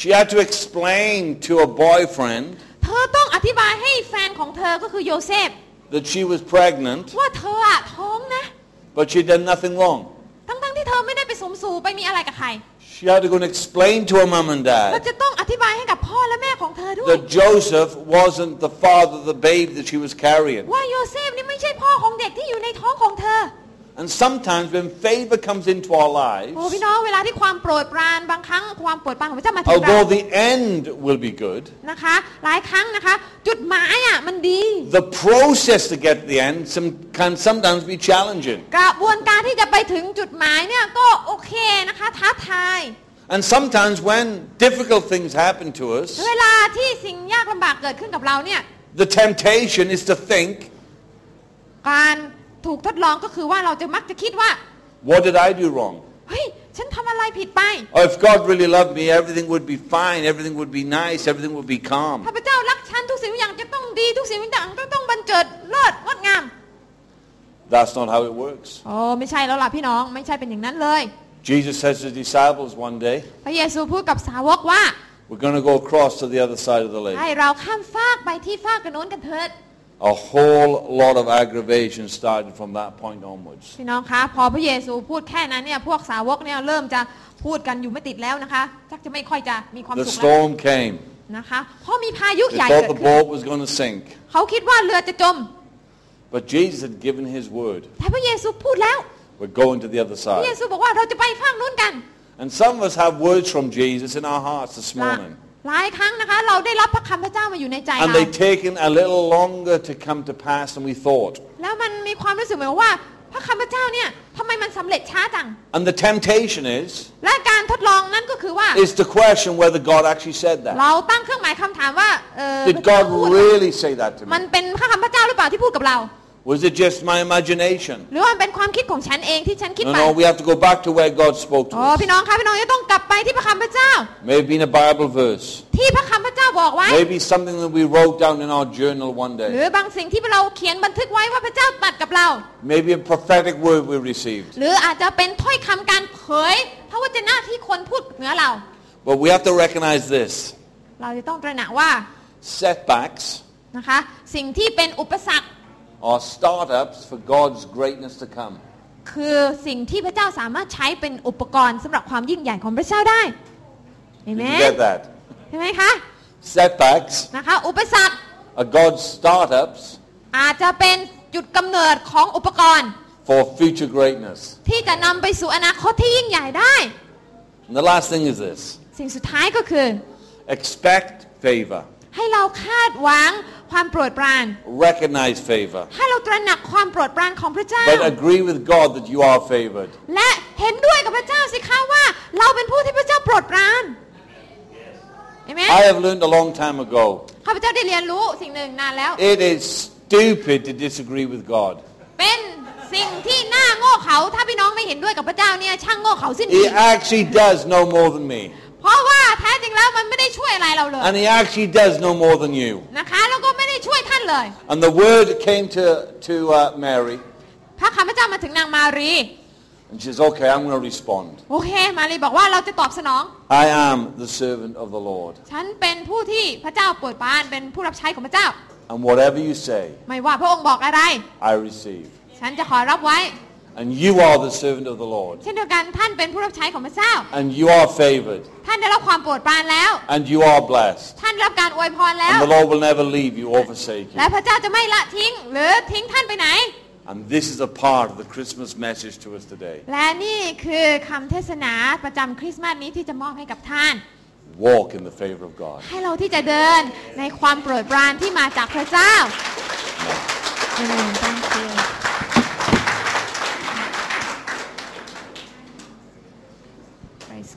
Speaker 2: She had to explain to her boyfriend
Speaker 1: เธอต้องอธิบายให้แฟนของเธอก็คือโยเซฟ
Speaker 2: that she was pregnant,
Speaker 1: ว่าเธออะท้องนะ
Speaker 2: but she'd done nothing wrong.
Speaker 1: ทั้งๆที่เธอไม่ได้ไปสมสู่ไปมีอะไรกับใคร
Speaker 2: She had to go and explain to her mum and
Speaker 1: เรา
Speaker 2: dad
Speaker 1: จะต้องอธิบายให้กับพ่อและแม่ของเธอด้วย
Speaker 2: that Joseph wasn't the father of the babe that she was carrying.
Speaker 1: ว่าโยเซฟนี่ไม่ใช่พ่อของเด็กที่อยู่ในท้องของเธอ
Speaker 2: And sometimes when favor comes into our
Speaker 1: โอ้พี่
Speaker 2: lives,
Speaker 1: น้องเวลาที่ความโปรดปรานบางครั้งความโปรดปรานของพระเจ้ามาถึงเรา
Speaker 2: although the end will be good,
Speaker 1: นะคะ หลายครั้งนะคะ จุดหมายอ่ะมันดี
Speaker 2: the process to get to the end some, can sometimes be challenging.
Speaker 1: กระบวนการที่จะไปถึงจุดหมายเนี่ยก็โอเคนะคะท้าทาย
Speaker 2: And sometimes when difficult things happen to us,
Speaker 1: เวลาที่สิ่งยากลำบากเกิดขึ้นกับเราเนี่ย
Speaker 2: the temptation is to think,
Speaker 1: การถูกทดลองก็คือว่าเราจะมักจะคิดว่า
Speaker 2: what did I do wrong?
Speaker 1: เฮ้ย ฉันทำอะไรผิดไป
Speaker 2: Or if God really loved me, everything would be fine, everything would be nice, everything would be
Speaker 1: ถ้า
Speaker 2: calm.
Speaker 1: พระเจ้ารักฉันทุกสิ่งทุกอย่างจะต้องดีทุกสิ่งทุกอย่างจะต้องบันเจิดเลิศงดงาม
Speaker 2: That's not how it works.
Speaker 1: โอ้ไม่ใช่แล้วล่ะพี่น้องไม่ใช่เป็นอย่างนั้นเลย
Speaker 2: Jesus says to his disciples one day,
Speaker 1: พระเยซูพูดกับสาวกว่า
Speaker 2: we're going to go across to the other side of the lake.
Speaker 1: ให้เราข้ามฟากไปที่ฟากกันโน้นกันเถิด
Speaker 2: A whole lot of aggravation started from that point onwards.
Speaker 1: พี่น้องคะพอพระเยซูพูดแค่นั้นเนี่ยพวกสาวกเนี่ยเริ่มจะพูดกันอยู่ไม่ติดแล้วนะคะชักจะไม่ค่อยจะมีความ
Speaker 2: The
Speaker 1: สุขแล้ว
Speaker 2: storm came.
Speaker 1: นะคะเพราะมีพายุ
Speaker 2: They
Speaker 1: ใหญ่
Speaker 2: thought
Speaker 1: เกิด
Speaker 2: the
Speaker 1: ขึ้น
Speaker 2: boat was going to sink.
Speaker 1: เขาคิดว่าเรือจะจม
Speaker 2: But Jesus had given his word.
Speaker 1: แต่พระเยซูพูดแล้ว
Speaker 2: We're going to the other
Speaker 1: พระเย
Speaker 2: side.
Speaker 1: ซูบอกว่าเราจะไปฟากนู้นกัน
Speaker 2: And some of us have words from Jesus in our hearts this
Speaker 1: ละ
Speaker 2: morning.
Speaker 1: หลายครั้งนะคะ เราได้รับพระคำพระเจ้ามาอยู่ในใจ
Speaker 2: and
Speaker 1: เรา
Speaker 2: they've taken a little longer to come to pass than we thought.
Speaker 1: แล้วมันมีความรู้สึกเหมือนว่า พระคำพระเจ้าเนี่ยทำไมมันสำเร็จช้าจัง
Speaker 2: And the temptation is,
Speaker 1: และการทดลองนั่นก็คือว่า
Speaker 2: is to question whether God actually said that.
Speaker 1: เราตั้งเครื่องหมายคำถามว่าเออ
Speaker 2: Did God really say that to
Speaker 1: มัน
Speaker 2: me?
Speaker 1: เป็นพระคำพระเจ้าหรือเปล่าที่พูดกับเรา
Speaker 2: Was it just my imagination?
Speaker 1: หรือว่ามันเป็นความคิดของฉันเองที่ฉันคิด
Speaker 2: No,
Speaker 1: ไป
Speaker 2: no, we have to go back to where God spoke to
Speaker 1: โอ้
Speaker 2: us.
Speaker 1: พี่น้องคะพี่น้องจะต้องกลับไปที่พระคำพระเจ้า
Speaker 2: Maybe been a Bible verse.
Speaker 1: ที่พระคำพระเจ้าบอกไว้
Speaker 2: Maybe something that we wrote down in our journal one
Speaker 1: ห
Speaker 2: day.
Speaker 1: รือบางสิ่งที่เราเขียนบันทึกไว้ว่าพระเจ้าตรัดกับเรา
Speaker 2: Maybe a prophetic word we received.
Speaker 1: หรืออาจจะเป็นถ้อยคำการเผยพระวจนะที่คนพูดเหนือเรา
Speaker 2: But we have to recognize this.
Speaker 1: เราจะต้องตระหนักว่า
Speaker 2: Setbacks
Speaker 1: นะคะ สิ่งที่เป็นอุปสรรค
Speaker 2: are startups for God's greatness to come.
Speaker 1: คือสิ่งที่พระเจ้าสามารถใช้เป็นอุปกรณ์สำหรับความยิ่งใหญ่ของพระเจ้าได้เห็น
Speaker 2: Did
Speaker 1: ไหม
Speaker 2: you get that?
Speaker 1: เห็นไหมคะ
Speaker 2: Setbacks
Speaker 1: นะคะ อุปสรรค
Speaker 2: are God's startups
Speaker 1: อาจจะเป็นจุดกำเนิดของอุปกรณ์
Speaker 2: for future greatness.
Speaker 1: ที่จะนำไปสู่อนาคตที่ยิ่งใหญ่ได้
Speaker 2: And the last thing is this.
Speaker 1: สิ่งสุดท้ายก็คือ
Speaker 2: Expect favor.
Speaker 1: ให้เราคาดหวังความโปรดปราน
Speaker 2: Recognize favor.
Speaker 1: ให้เราตระหนักความโปรดปรานของพระเจ้า
Speaker 2: But agree with God that you are favored.
Speaker 1: และเห็นด้วยกับพระเจ้าสิคะว่า เราเป็นผู้ที่พระเจ้าโปรดปรานเห็นไหม
Speaker 2: I have learned a long time ago,
Speaker 1: ข้าพเจ้าได้เรียนรู้สิ่งหนึ่งนานแล้ว
Speaker 2: it is stupid to disagree with God.
Speaker 1: เป็นสิ่งที่น่าโง่เขลาถ้าพี่น้องไม่เห็นด้วยกับพระเจ้าเนี่ยช่างโง่เขลาสิ้นดี
Speaker 2: He actually does know more than me.
Speaker 1: เพราะว่าแท้จริงแล้วมันไม่ได้ช่วยอะไรเราเลย
Speaker 2: And he actually does know more than you.
Speaker 1: นะคะแล้วก็ไม่ได้ช่วยท่านเลย
Speaker 2: And the word came to, to uh, Mary,
Speaker 1: พระคำพระเจ้ามาถึงนางมารี
Speaker 2: and she says, okay, I'm going to respond.
Speaker 1: โอเค มารีบอกว่าเราจะตอบสนอง
Speaker 2: I am the servant of the Lord.
Speaker 1: ฉันเป็นผู้ที่พระเจ้าโปรดปรานเป็นผู้รับใช้ของพระเจ้า
Speaker 2: And whatever you say,
Speaker 1: ไม่ว่าพระองค์บอกอะไร
Speaker 2: I receive.
Speaker 1: ฉันจะขอรับไว้
Speaker 2: And you are the servant of the Lord.
Speaker 1: เช่นเดียวกันท่านเป็นผู้รับใช้ของพระเจ้า
Speaker 2: And you are favored.
Speaker 1: ท่านได้รับความโปรดปรานแล้ว
Speaker 2: And you are blessed.
Speaker 1: ท่านได้รับการอวยพรแล้ว
Speaker 2: And the Lord will never leave you or forsake you.
Speaker 1: และพระเจ้าจะไม่ละทิ้ง หรือทิ้งท่านไปไหน
Speaker 2: And this is a part of the Christmas message to us today.
Speaker 1: และนี่คือคำเทศนาประจำคริสต์มาสนี้ที่จะมอบให้กับท่าน
Speaker 2: Walk in the favor of God.
Speaker 1: ให้เราที่จะเดินในความโปรดปรานที่มาจากพระเจ้า Amen. Thank you.